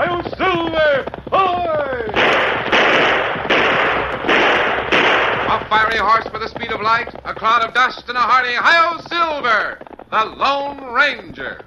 I'll silver! Hoy! A fiery horse with the speed of light, a cloud of dust, and a hearty Ohio Silver, the Lone Ranger.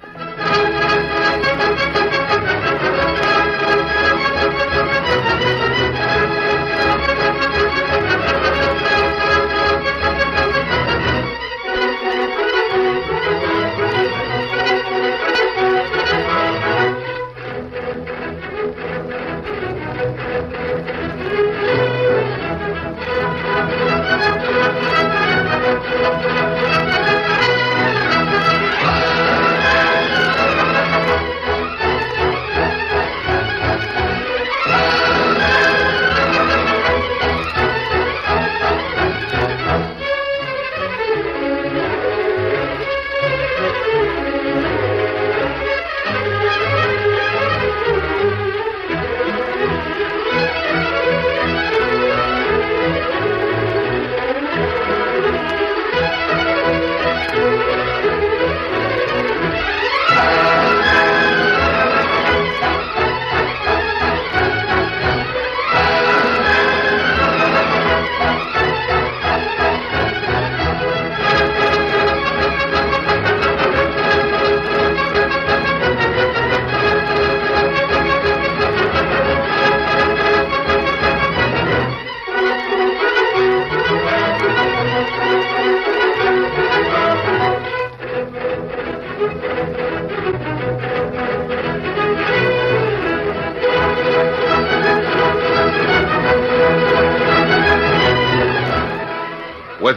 With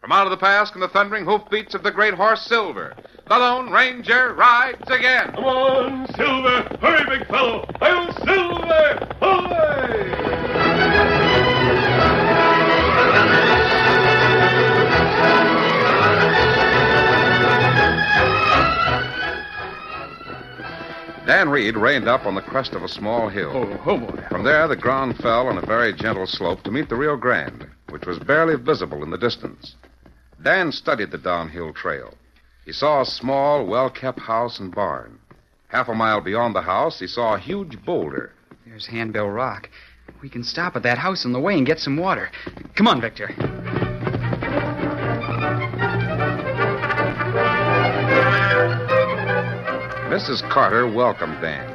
From out of the past come the thundering hoofbeats of the great horse Silver. The Lone Ranger rides again. Come on, Silver! Hurry, big fellow! I'll silver! Hoy! Dan Reed reined up on the crest of a small hill. From there, the ground fell on a very gentle slope to meet the Rio Grande, which was barely visible in the distance. Dan studied the downhill trail. He saw a small, well kept house and barn. Half a mile beyond the house, he saw a huge boulder. There's Handbell Rock. We can stop at that house on the way and get some water. Come on, Victor. Mrs. Carter welcomed Dan.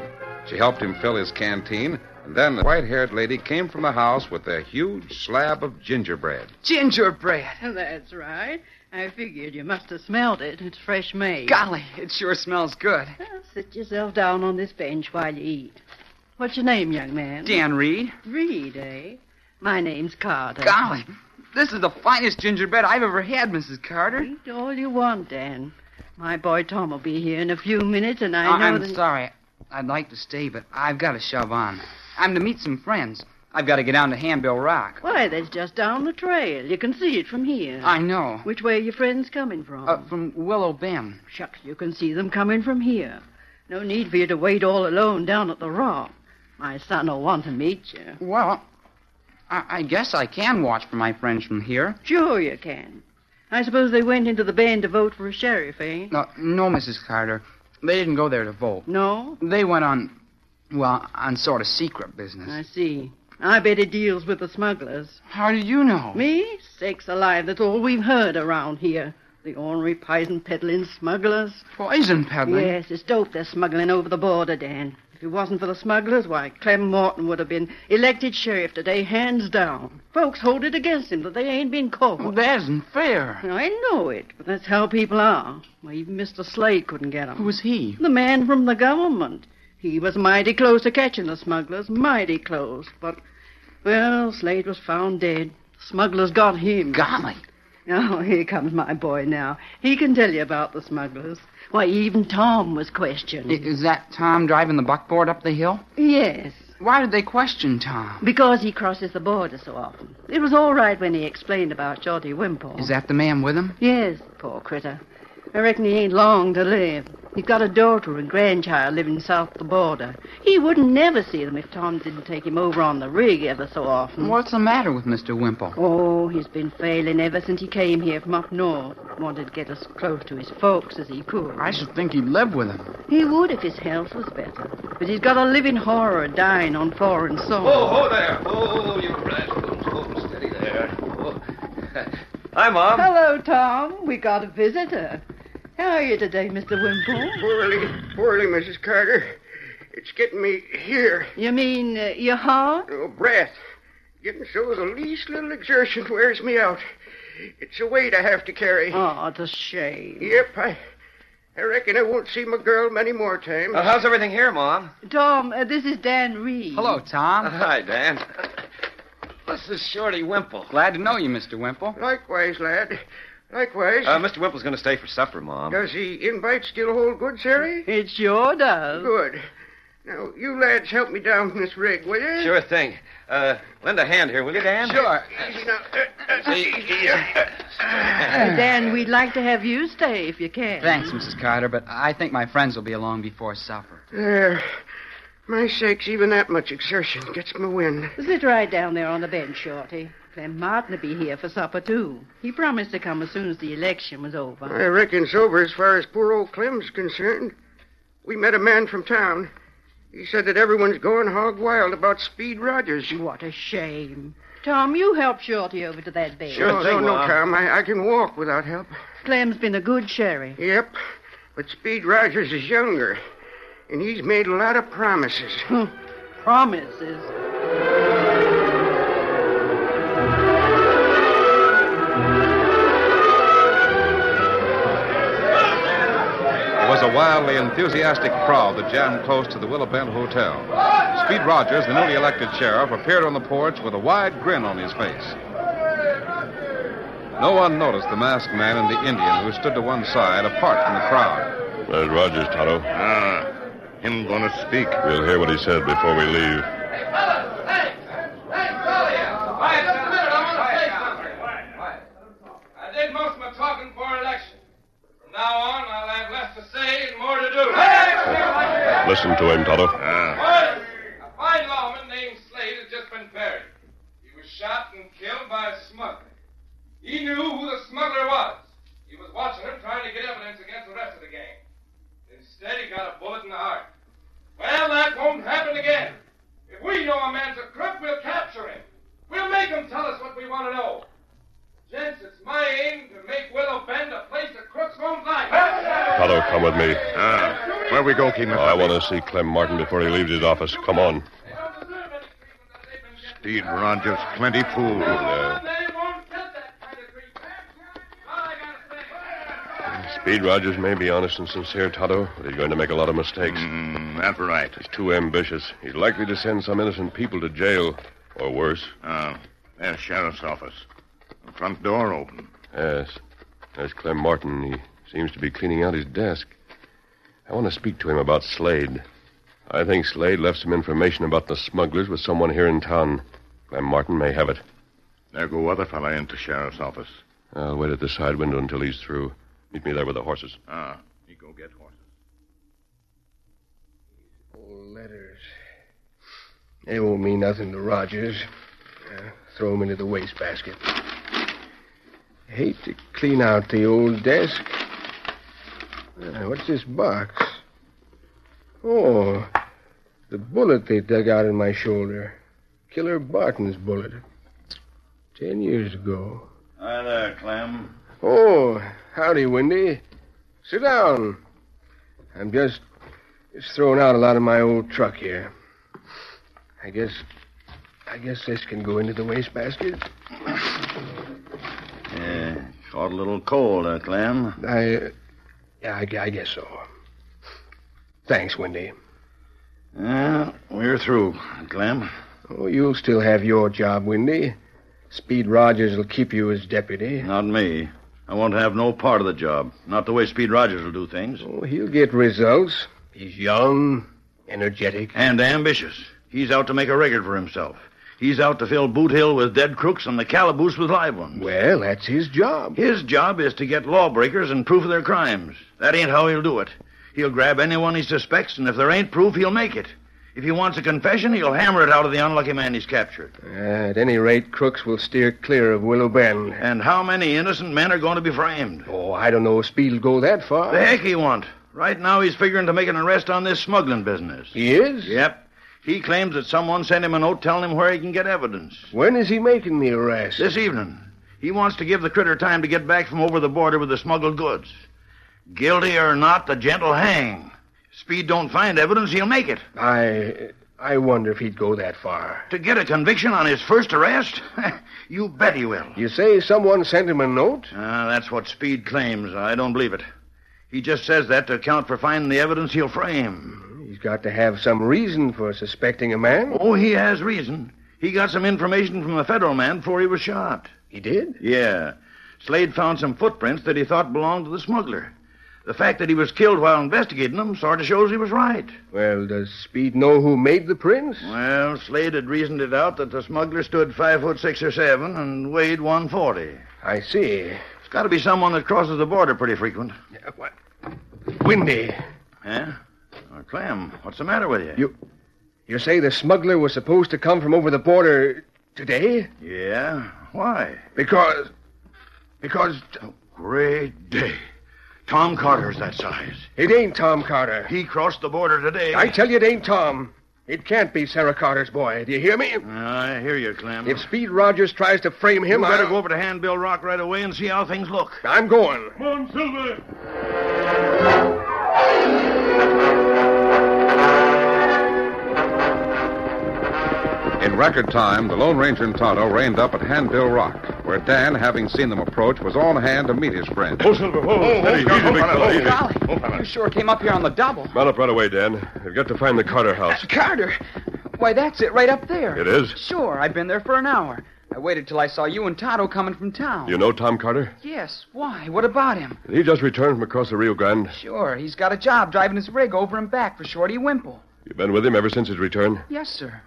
She helped him fill his canteen, and then the white haired lady came from the house with a huge slab of gingerbread. Gingerbread. That's right. I figured you must have smelled it. It's fresh made. Golly, it sure smells good. Well, sit yourself down on this bench while you eat. What's your name, young man? Dan Reed. Reed, eh? My name's Carter. Golly, this is the finest gingerbread I've ever had, Mrs. Carter. Eat all you want, Dan. My boy Tom will be here in a few minutes, and I I- know am that... sorry. I'd like to stay, but I've got to shove on. I'm to meet some friends. I've got to get down to Handbell Rock. Why, that's just down the trail. You can see it from here. I know. Which way are your friends coming from? Uh, from Willow Bend. Shucks, you can see them coming from here. No need for you to wait all alone down at the rock. My son will want to meet you. Well, I, I guess I can watch for my friends from here. Sure you can. I suppose they went into the band to vote for a sheriff, eh? No, no, Mrs. Carter. They didn't go there to vote. No? They went on, well, on sort of secret business. I see. I bet he deals with the smugglers. How did you know? Me? Sakes alive, that's all we've heard around here. The ornery poison peddling smugglers. Poison peddling. Yes, it's dope they're smuggling over the border, Dan. If it wasn't for the smugglers, why, Clem Morton would have been elected sheriff today, hands down. Folks hold it against him that they ain't been caught. Well, that isn't fair. I know it, but that's how people are. Why, even Mr. Slade couldn't get 'em. Who was he? The man from the government. He was mighty close to catching the smugglers, mighty close. But, well, Slade was found dead. Smugglers got him. Golly. Oh, here comes my boy now. He can tell you about the smugglers. Why, even Tom was questioned. I- Is that Tom driving the buckboard up the hill? yes, Why did they question Tom? because he crosses the border so often. It was all right when he explained about Geordie Wimpole. Is that the man with him? Yes, poor critter. I reckon he ain't long to live. He's got a daughter and grandchild living south the border. He wouldn't never see them if Tom didn't take him over on the rig ever so often. What's the matter with Mr. Wimple? Oh, he's been failing ever since he came here from up north. Wanted to get as close to his folks as he could. I should think he'd live with him. He would if his health was better. But he's got a living horror of dying on foreign soil. Oh, ho there. Oh, you rascals. Hold steady there. Oh. Hi, Mom. Hello, Tom. We got a visitor. How are you today, Mr. Wimpole? Poorly, poorly, Mrs. Carter. It's getting me here. You mean uh, your heart? Oh, breath. Getting so the least little exertion wears me out. It's a weight I have to carry. Oh, it's a shame. Yep, I, I reckon I won't see my girl many more times. Uh, how's everything here, Mom? Tom, uh, this is Dan Reed. Hello, Tom. hi, Dan. This is Shorty Wimple. Glad to know you, Mr. Wimple. Likewise, lad. Likewise. Uh, Mr. Wimple's going to stay for supper, Mom. Does the invite still hold good, Sherry? It sure does. Good. Now, you lads help me down from this rig, will you? Sure thing. Uh, lend a hand here, will you, Dan? Sure. Easy now. Uh, uh, See, easy. Uh, Dan, we'd like to have you stay if you can. Thanks, Mrs. Carter, but I think my friends will be along before supper. There. My sakes, even that much exertion gets me wind. Sit right down there on the bench, Shorty. Clem Martin will be here for supper, too. He promised to come as soon as the election was over. I reckon sober as far as poor old Clem's concerned. We met a man from town. He said that everyone's going hog wild about Speed Rogers. What a shame. Tom, you help Shorty over to that bed. Sure no, thing, no, no, Mom. Tom. I, I can walk without help. Clem's been a good sherry. Yep. But Speed Rogers is younger. And he's made a lot of promises. Promises. It was a wildly enthusiastic crowd that jammed close to the Willabend Hotel. Speed Rogers, the newly elected sheriff, appeared on the porch with a wide grin on his face. No one noticed the masked man and the Indian who stood to one side apart from the crowd. Where's Rogers, Toto? Ah, him gonna speak. We'll hear what he says before we leave. Quiet, just a minute. I want to say something. I did most of my talking for election. From now on, I'll have less to say and more to do. Listen to him, Toto. Quiet. A fine lawman named Slade has just been buried. He was shot and killed by a smuggler. He knew who the smuggler was. He was watching him, trying to get evidence against the rest of the gang. Instead, he got a bullet in the heart. Well, that won't happen again. If we know a man's a crook, we'll capture him. We'll make him tell us what we want to know. Gents, it's my aim to make Willow Bend a place that crooks won't like. Toto, come with me. Ah. Ah. where we go, Oh, I want to see Clem Martin before he leaves his office. Come on. They don't deserve any treatment that they've been getting. Speed Rogers, plenty fool. Now on, they won't get that kind of treatment. All I gotta say. Speed Rogers may be honest and sincere, Toto, but he's going to make a lot of mistakes. Mm, that's right. He's too ambitious. He's likely to send some innocent people to jail, or worse. Uh, there's sheriff's office. The front door open. Yes. There's Clem Martin. He seems to be cleaning out his desk. I want to speak to him about Slade. I think Slade left some information about the smugglers with someone here in town. Clem Martin may have it. There go other fella into sheriff's office. I'll wait at the side window until he's through. Meet me there with the horses. Ah, he go get horses. Old letters. They won't mean nothing to Rogers. Uh, throw 'em into the wastebasket. Hate to clean out the old desk. Uh, what's this box? Oh, the bullet they dug out in my shoulder. Killer Barton's bullet. Ten years ago. Hi there, Clem. Oh, howdy, Wendy. Sit down. I'm just, just throwing out a lot of my old truck here. I guess, I guess this can go into the wastebasket. Yeah, caught a little cold, huh, Clem? I, yeah, I, I guess so. Thanks, Wendy. Well, Uh, we're through, Clem. Oh, you'll still have your job, Windy. Speed Rogers will keep you as deputy. Not me. I won't have no part of the job. Not the way Speed Rogers will do things. Oh, he'll get results. He's young, energetic. And ambitious. He's out to make a record for himself. He's out to fill Boot Hill with dead crooks and the calaboose with live ones. Well, that's his job. His job is to get lawbreakers and proof of their crimes. That ain't how he'll do it. He'll grab anyone he suspects, and if there ain't proof, he'll make it. If he wants a confession, he'll hammer it out of the unlucky man he's captured. At any rate, crooks will steer clear of Willow Bend. And how many innocent men are going to be framed? Oh, I don't know if Speed'll go that far. The heck he won't. Right now, he's figuring to make an arrest on this smuggling business. He is? Yep. He claims that someone sent him a note telling him where he can get evidence. When is he making the arrest? This evening. He wants to give the critter time to get back from over the border with the smuggled goods. Guilty or not, the gent'll hang. Speed don't find evidence, he'll make it. I. I wonder if he'd go that far. To get a conviction on his first arrest? you bet he will. You say someone sent him a note? Ah, that's what Speed claims. I don't believe it. He just says that to account for finding the evidence he'll frame. He's got to have some reason for suspecting a man. Oh, he has reason. He got some information from the federal man before he was shot. He did? Yeah. Slade found some footprints that he thought belonged to the smuggler. The fact that he was killed while investigating them sort of shows he was right. Well, does Speed know who made the prints? Well, Slade had reasoned it out that the smuggler stood five foot six or seven and weighed one forty. I see. It's got to be someone that crosses the border pretty frequent. Yeah, What? Windy, Huh? Now, Clem, what's the matter with you? you. You say the smuggler was supposed to come from over the border today? Yeah? Why? Because. Because. Great day. Tom Carter's that size. It ain't Tom Carter. He crossed the border today. I tell you, it ain't Tom. It can't be Sarah Carter's boy. Do you hear me? I hear you, Clem. If Speed Rogers tries to frame him, you better I'll- go over to Handbill Rock right away and see how things look. I'm going. Come on, Silver! In record time, the Lone Ranger and Tonto reined up at Handbill Rock, where Dan, having seen them approach, was on hand to meet his friend. Oh, Silver, hold. Oh, steady, easy, big fella, easy. Oh, You fella. sure came up here on the double. Mount up right away, Dan. We've got to find the Carter house. Carter! Why, that's it right up there. It is? Sure, I've been there for an hour. I waited till I saw you and Tonto coming from town. You know Tom Carter? Yes, why? What about him? Did He just returned from across the Rio Grande. Sure, he's got a job driving his rig over and back for Shorty Wimple. You've been with him ever since his return? Yes, sir.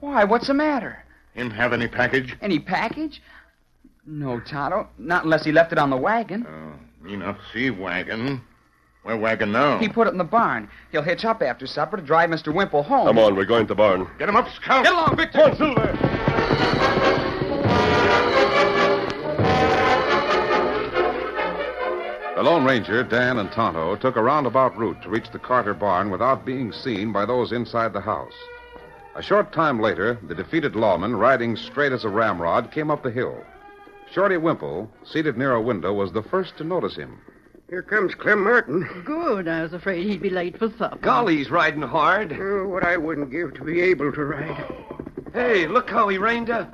Why, what's the matter? Him have any package? Any package? No, Tonto. Not unless he left it on the wagon. Me not see wagon. Where wagon now? He put it in the barn. He'll hitch up after supper to drive Mr. Wimple home. Come on, we're going to the barn. Get him up, Scout. Get along, Victor! The Lone Ranger, Dan, and Tonto took a roundabout route to reach the Carter barn without being seen by those inside the house. A short time later, the defeated lawman, riding straight as a ramrod, came up the hill. Shorty Wimple, seated near a window, was the first to notice him. Here comes Clem Martin. Good. I was afraid he'd be late for supper. he's riding hard. Oh, what I wouldn't give to be able to ride. Hey, look how he reined up.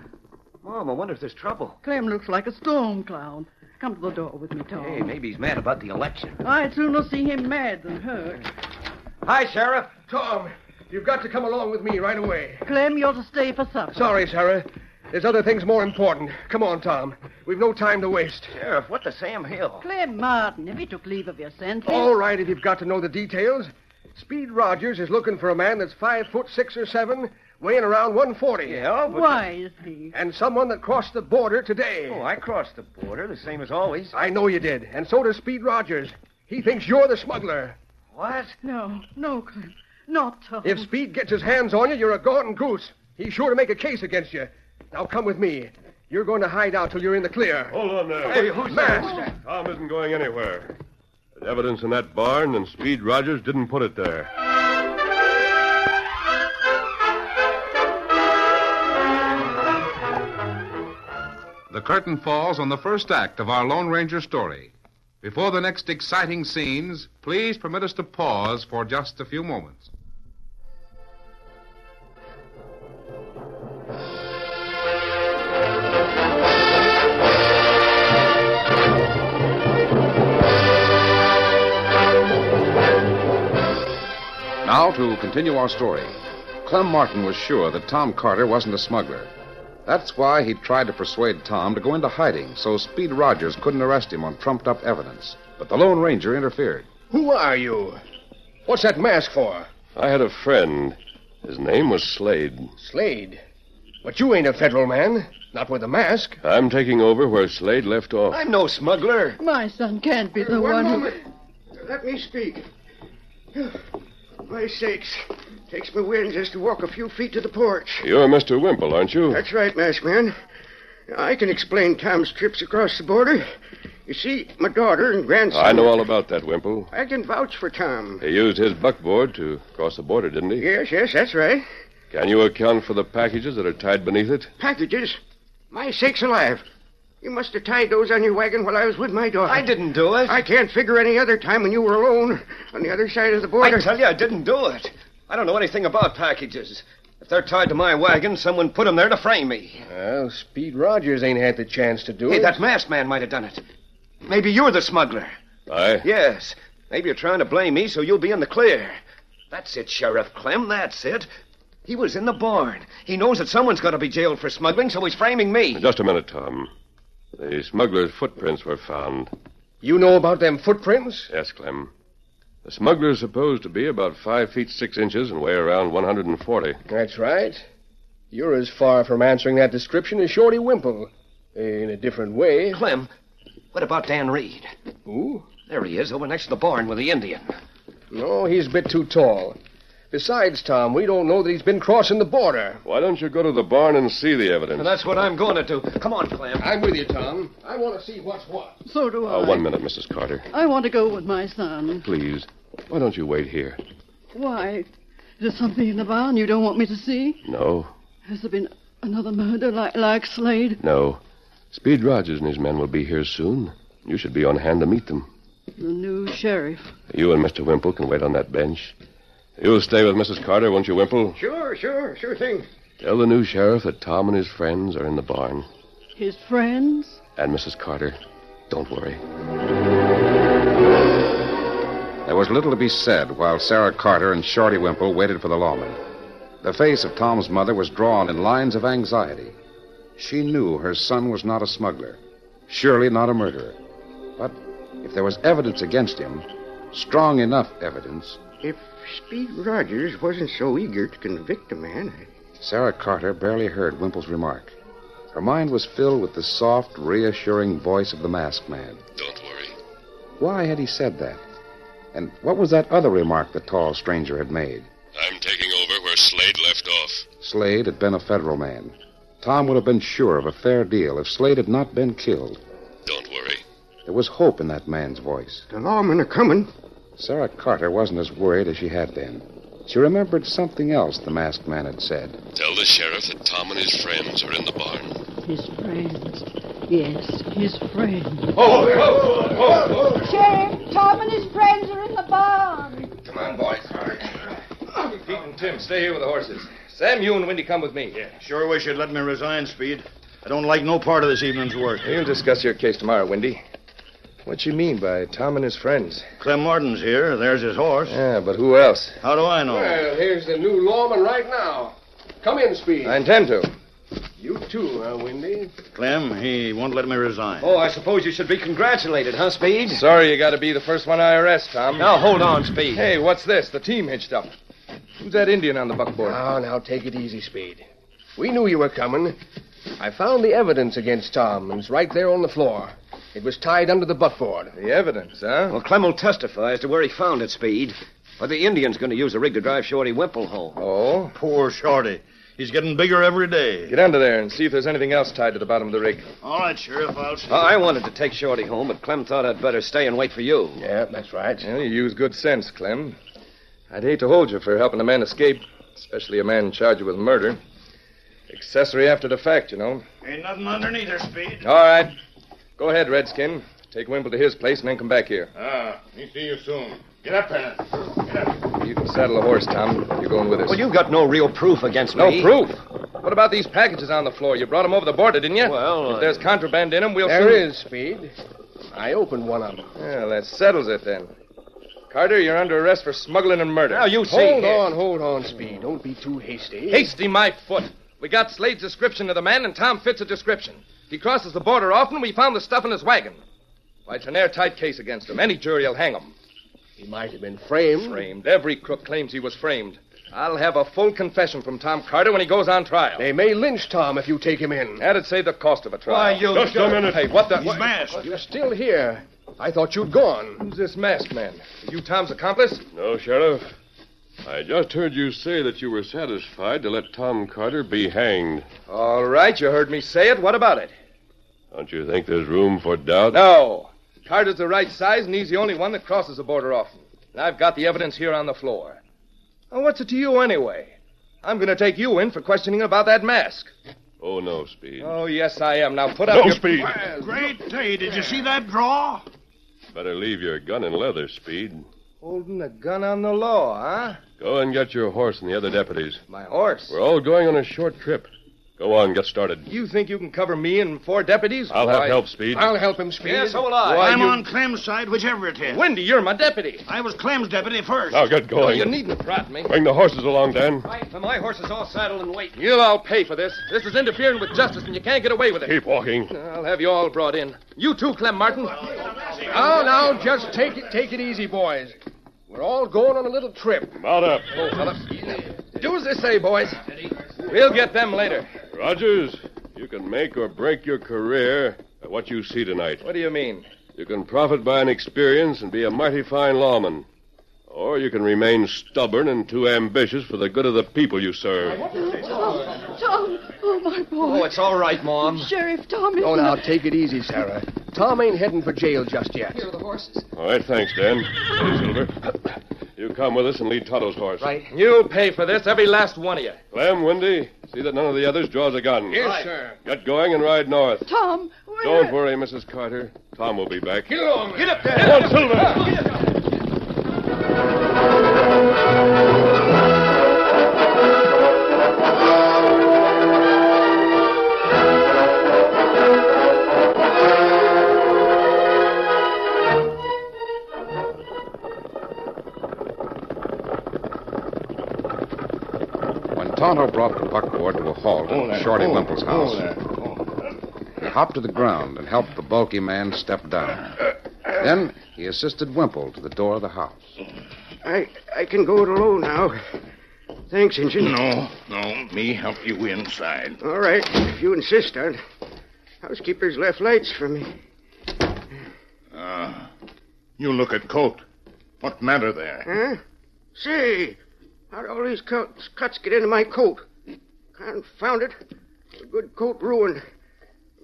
Mom, I wonder if there's trouble. Clem looks like a storm cloud. Come to the door with me, Tom. maybe he's mad about the election. I'd sooner see him mad than hurt. Hi, Sheriff. Tom, you've got to come along with me right away. Clem, you're to stay for supper. Sorry, Sarah. There's other things more important. Come on, Tom. We've no time to waste. Sheriff, what the Sam Hill? Clem Martin, if he took leave of your senses. All right, if you've got to know the details. Speed Rogers is looking for a man that's five foot six or seven, weighing around 140. Yeah, but... Why is he? And someone that crossed the border today. Oh, I crossed the border the same as always. I know you did, and so does Speed Rogers. He thinks you're the smuggler. What? No, no, Clem. Not Tom. If Speed gets his hands on you, you're a Gordon goose. He's sure to make a case against you. Now come with me. You're going to hide out till you're in the clear. Hold on there. Hey, who's Mask. that? Tom isn't going anywhere. There's evidence in that barn, and Speed Rogers didn't put it there. The curtain falls on the first act of our Lone Ranger story. Before the next exciting scenes, please permit us to pause for just a few moments. Now Now, to continue our story. Clem Martin was sure that Tom Carter wasn't a smuggler. That's why he tried to persuade Tom to go into hiding so Speed Rogers couldn't arrest him on trumped up evidence. But the Lone Ranger interfered. Who are you? What's that mask for? I had a friend. His name was Slade. Slade. But you ain't a federal man. Not with a mask. I'm taking over where Slade left off. I'm no smuggler. My son can't be the One one who. moment. Let me speak. My sakes. Takes me wind just to walk a few feet to the porch. You're Mr. Wimple, aren't you? That's right, masked man. I can explain Tom's trips across the border. You see, my daughter and grandson. I know all about that, Wimple. I can vouch for Tom. He used his buckboard to cross the border, didn't he? Yes, yes, that's right. Can you account for the packages that are tied beneath it? Packages. My sakes alive. You must have tied those on your wagon while I was with my daughter. I didn't do it. I can't figure any other time when you were alone on the other side of the border. I tell you, I didn't do it. I don't know anything about packages. If they're tied to my wagon, someone put 'em there to frame me. Well, Speed Rogers ain't had the chance to do Hey, it. that masked man might have done it. Maybe you're the smuggler. I? Yes. Maybe you're trying to blame me so you'll be in the clear. That's it, Sheriff Clem. That's it. He was in the barn. He knows that someone's got to be jailed for smuggling, so he's framing me. Just a minute, Tom. The smuggler's footprints were found. You know about them footprints? Yes, Clem. The smuggler's supposed to be about five feet six inches and weigh around 140. That's right. You're as far from answering that description as Shorty Wimple. In a different way. Clem, what about Dan Reed? Who? There he is, over next to the barn with the Indian. No, he's a bit too tall. Besides, Tom, we don't know that he's been crossing the border. Why don't you go to the barn and see the evidence? And that's what I'm going to do. Come on, Clem. I'm with you, Tom. I want to see what's what. So do I. Uh, one minute, Mrs. Carter. I want to go with my son. Please. Why don't you wait here? Why? Is there something in the barn you don't want me to see? No, Has there been another murder like, like Slade? no. Speed Rogers and his men will be here soon. You should be on hand to meet them. The new sheriff. You and Mr. Wimple can wait on that bench. You'll stay with Mrs. Carter, won't you, Wimple? Sure, sure, sure thing. Tell the new sheriff that Tom and his friends are in the barn. His friends? And Mrs. Carter, don't worry. There was little to be said while Sarah Carter and Shorty Wimple waited for the lawman. The face of Tom's mother was drawn in lines of anxiety. She knew her son was not a smuggler, surely not a murderer. But if there was evidence against him, strong enough evidence, If Speed Rogers wasn't so eager to convict a man, Sarah Carter barely heard Wimple's remark. Her mind was filled with the soft, reassuring voice of the masked man. Don't worry. Why had he said that? And what was that other remark the tall stranger had made? I'm taking over where Slade left off. Slade had been a federal man. Tom would have been sure of a fair deal if Slade had not been killed. Don't worry. There was hope in that man's voice. the lawmen are coming. Sarah Carter wasn't as worried as she had been. She remembered something else the masked man had said. Tell the sheriff that Tom and his friends are in the barn. His friends. Yes, his friends. Oh, Oh, Sheriff, Tom and his friends are in the barn. Come on, boys. oh. Pete and Tim, stay here with the horses. Sam, you and Wendy come with me. Yeah. Sure wish you'd let me resign, Speed. I don't like no part of this evening's work. We'll discuss your case tomorrow, Wendy. What you mean by Tom and his friends? Clem Martin's here. There's his horse. Yeah, but who else? How do I know? Well, here's the new lawman right now. Come in, Speed. I intend to. You too, huh, Windy? Clem, he won't let me resign. Oh, I suppose you should be congratulated, huh, Speed? Sorry you gotta be the first one I arrest, Tom. Now, hold on, Speed. Hey, what's this? The team hitched up. Who's that Indian on the buckboard? Now, Ah, now, take it easy, Speed. We knew you were coming. I found the evidence against Tom, and it's right there on the floor. It was tied under the buckboard. the evidence, huh? Well, Clem will testify as to where he found it, Speed. Or the Indian's going to use a rig to drive Shorty Wimple home. oh. Poor Shorty. He's getting bigger every day. Get under there and see if there's anything else tied to the bottom of the rig. All right, Sheriff, I'll see. Uh, I wanted to take Shorty home, but Clem thought I'd better stay and wait for you. Yeah, that's right. Well, you use good sense, Clem. I'd hate to hold you for helping a man escape, especially a man charged with murder. Accessory after the fact, you know. Ain't nothing underneath her, Speed. All right. Go ahead, Redskin. Take Wimple to his place and then come back here. Ah, me see you soon. Get up there. You can saddle a horse, Tom. You're going with us. Well, you've got no real proof against No me. proof. What about these packages on the floor? You brought them over the border, didn't you? Well, if there's contraband in them, we'll. There soon- is, Speed. I opened one of them. Well, that settles it then. Carter, you're under arrest for smuggling and murder. Now, you see Hold here. on, hold on, Speed. Don't be too hasty. Hasty my foot. We got Slade's description of the man, and Tom fits a description. He crosses the border often. We found the stuff in his wagon. Why, it's an airtight case against him. Any jury will hang him. He might have been framed. Framed. Every crook claims he was framed. I'll have a full confession from Tom Carter when he goes on trial. They may lynch Tom if you take him in. That'd save the cost of a trial. Why, you- Just a minute. Hey, what the... He's what- masked. You're still here. I thought you'd gone. Who's this masked man? Are you Tom's accomplice? No, Sheriff. I just heard you say that you were satisfied to let Tom Carter be hanged. All right, you heard me say it. What about it? Don't you think there's room for doubt? No. Carter's the right size, and he's the only one that crosses the border often. And I've got the evidence here on the floor. Now, what's it to you anyway? I'm going to take you in for questioning about that mask. Oh, no, Speed. Oh, yes, I am. Now put up No your... speed. Great day. Did you see that draw? Better leave your gun and leather, Speed. Holding a gun on the law, huh? Go and get your horse and the other deputies. My horse. We're all going on a short trip. Go on, get started. You think you can cover me and four deputies? I'll have Why- help, Speed. help him, Speed. Yes, so will I. I'm on Clem's side, whichever it is. Wendy, you're my deputy. I was Clem's deputy first. Now get going. you needn't prod me. Bring the horses along, Dan. My horse is all saddled and waiting. You'll all pay for this. This is interfering with justice, and you can't get away with it. Keep walking. I'll have you all brought in. You too, Clem Martin. Now, now, just take it, take it easy, boys. We're all going on a little trip. Mount up. Oh, fella. Do as they say, boys. We'll get them later. Rogers, you can make or break your career by what you see tonight. What do you mean? You can profit by an experience and be a mighty fine lawman. Or you can remain stubborn and too ambitious for the good of the people you serve. Oh, Tom. Oh, my boy. Oh, it's all right, Mom. Sheriff Tom is Oh, now, not... take it easy, Sarah. Tom ain't heading for jail just yet. Here are the horses. All right, thanks, Dan. Hey, Silver. You come with us and lead Tonto's horse. Right. You'll pay for this, every last one of you. Clem, Windy, see that none of the others draws a gun. sir. Get going and ride north. Tom, where... Don't worry, Mrs. Carter. Tom will be back. Get along. Get up there. Come on, Silver. When Tonto brought the buckboard to a halt Hold at that, Shorty hold, Wimple's hold house, he hopped to the ground and helped the bulky man step down. Then he assisted Wimple to the door of the house. I, I can go it alone now. Thanks, Injun. No, no. Me help you inside. All right, if you insist on. it. Housekeeper's left lights for me. Ah, you look at coat. What matter there? Huh? Say, how'd all these cuts, cuts get into my coat? Confound it. The good coat ruined.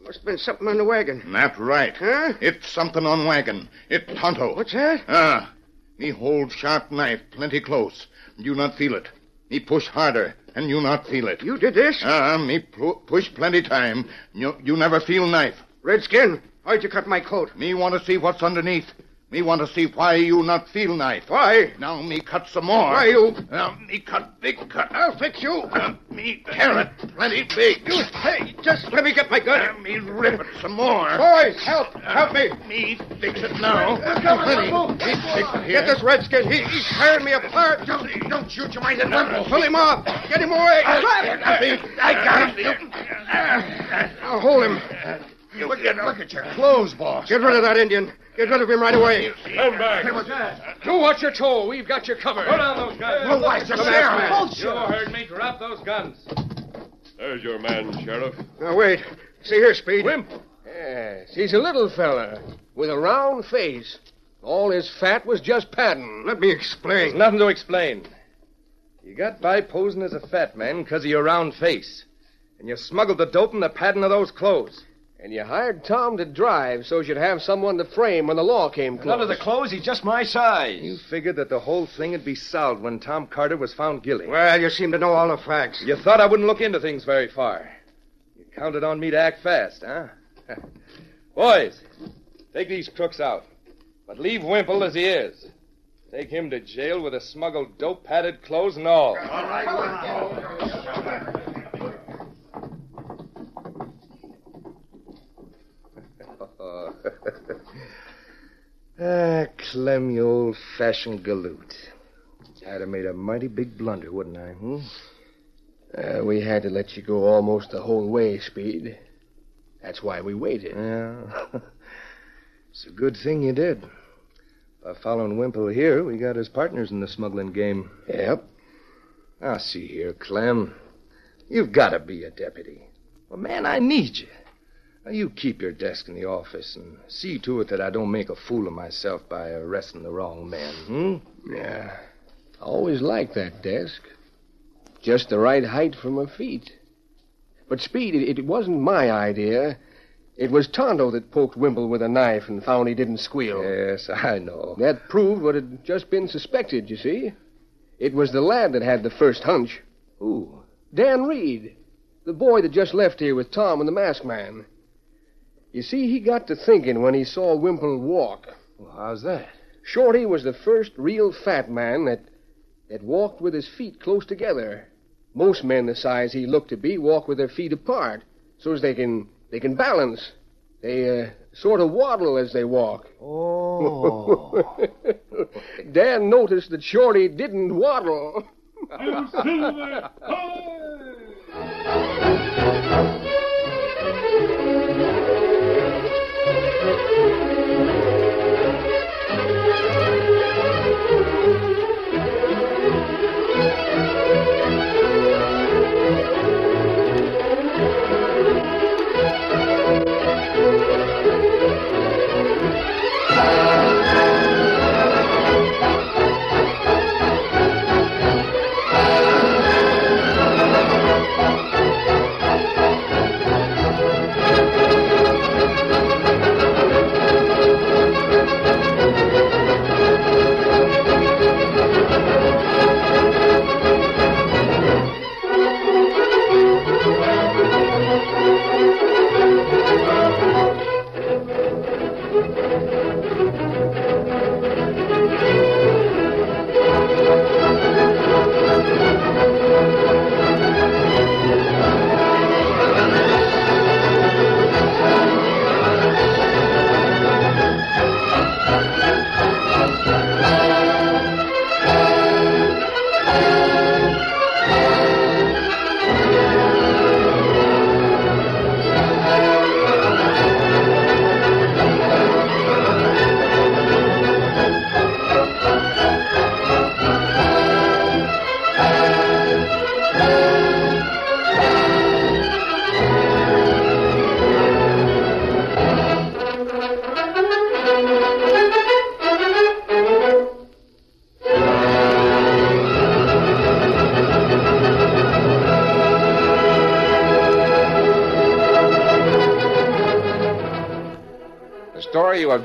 Must have been something on the wagon. Not right. Huh? It's something on wagon. It Tonto. What's that? Ah, me hold sharp knife plenty close. You not feel it. Me push harder, and you not feel it. You did this? Ah, me pu- push plenty time. You, you never feel knife. Redskin, why'd you cut my coat? Me want to see what's underneath. Me want to see why you not feel knife. Why? Now me cut some more. Why, you- Now um, me cut big cut. I'll fix you. me carrot plenty big. You Hey, just let me get my gun. me rip it some more. Ah, Boys, help! Help me! Me fix it now. Me fix it here. Get this redskin. He, he's tearing me apart. Don't, don't shoot your mind at Wimple. Pull him off. Get him away. I got him. I'll hold him. Look at, look at your clothes, boss. Get rid of that Indian. Get rid of him right away. Come back. Do what you're told. We've got you covered. Put on those guns. Well, why, Come Sheriff? back, man. Hold, You heard me. Drop those guns. There's your man, Sheriff. Now, wait. See here, Speed. Wimple. Yes, he's a little fella with a round face. All his fat was just padding. Let me explain. There's nothing to explain. You got by posing as a fat man because of your round face. And you smuggled the dope in the padding of those clothes. And you hired Tom to drive so you'd have someone to frame when the law came close. None of the clothes. He's just my size. You figured that the whole thing would be solved when Tom Carter was found guilty. Well, you seem to know all the facts. You thought I wouldn't look into things very far. You counted on me to act fast, huh? Boys, take these crooks out. But leave Wimple as he is. Take him to jail with a smuggled dope, padded clothes, and all. Ah, Uh, Clem, you old-fashioned galoot. I'd have made a mighty big blunder, wouldn't I, hmm? Uh, we had to let you go almost the whole way, Speed. That's why we waited. Yeah. it's a good thing you did. By following Wimple here, we got his partners in the smuggling game. Yep. Now, see here, Clem. You've got to be a deputy. Well, man, I need you. Now, you keep your desk in the office and see to it that I don't make a fool of myself by arresting the wrong man, hmm? Yeah. I always liked that desk. Just the right height for my feet. But, Speed, it, it wasn't my idea. It was Tonto that poked Wimble with a knife and found he didn't squeal. Yes, I know. That proved what had just been suspected, you see. It was the lad that had the first hunch. Who? Dan Reed, the boy that just left here with Tom and the masked man. You see, he got to thinking when he saw Wimple walk. Well, how's that? Shorty was the first real fat man that that walked with his feet close together. Most men the size he looked to be walk with their feet apart, so as they can they can balance. They uh, sort of waddle as they walk. Oh. Dan noticed that Shorty didn't waddle. The story you have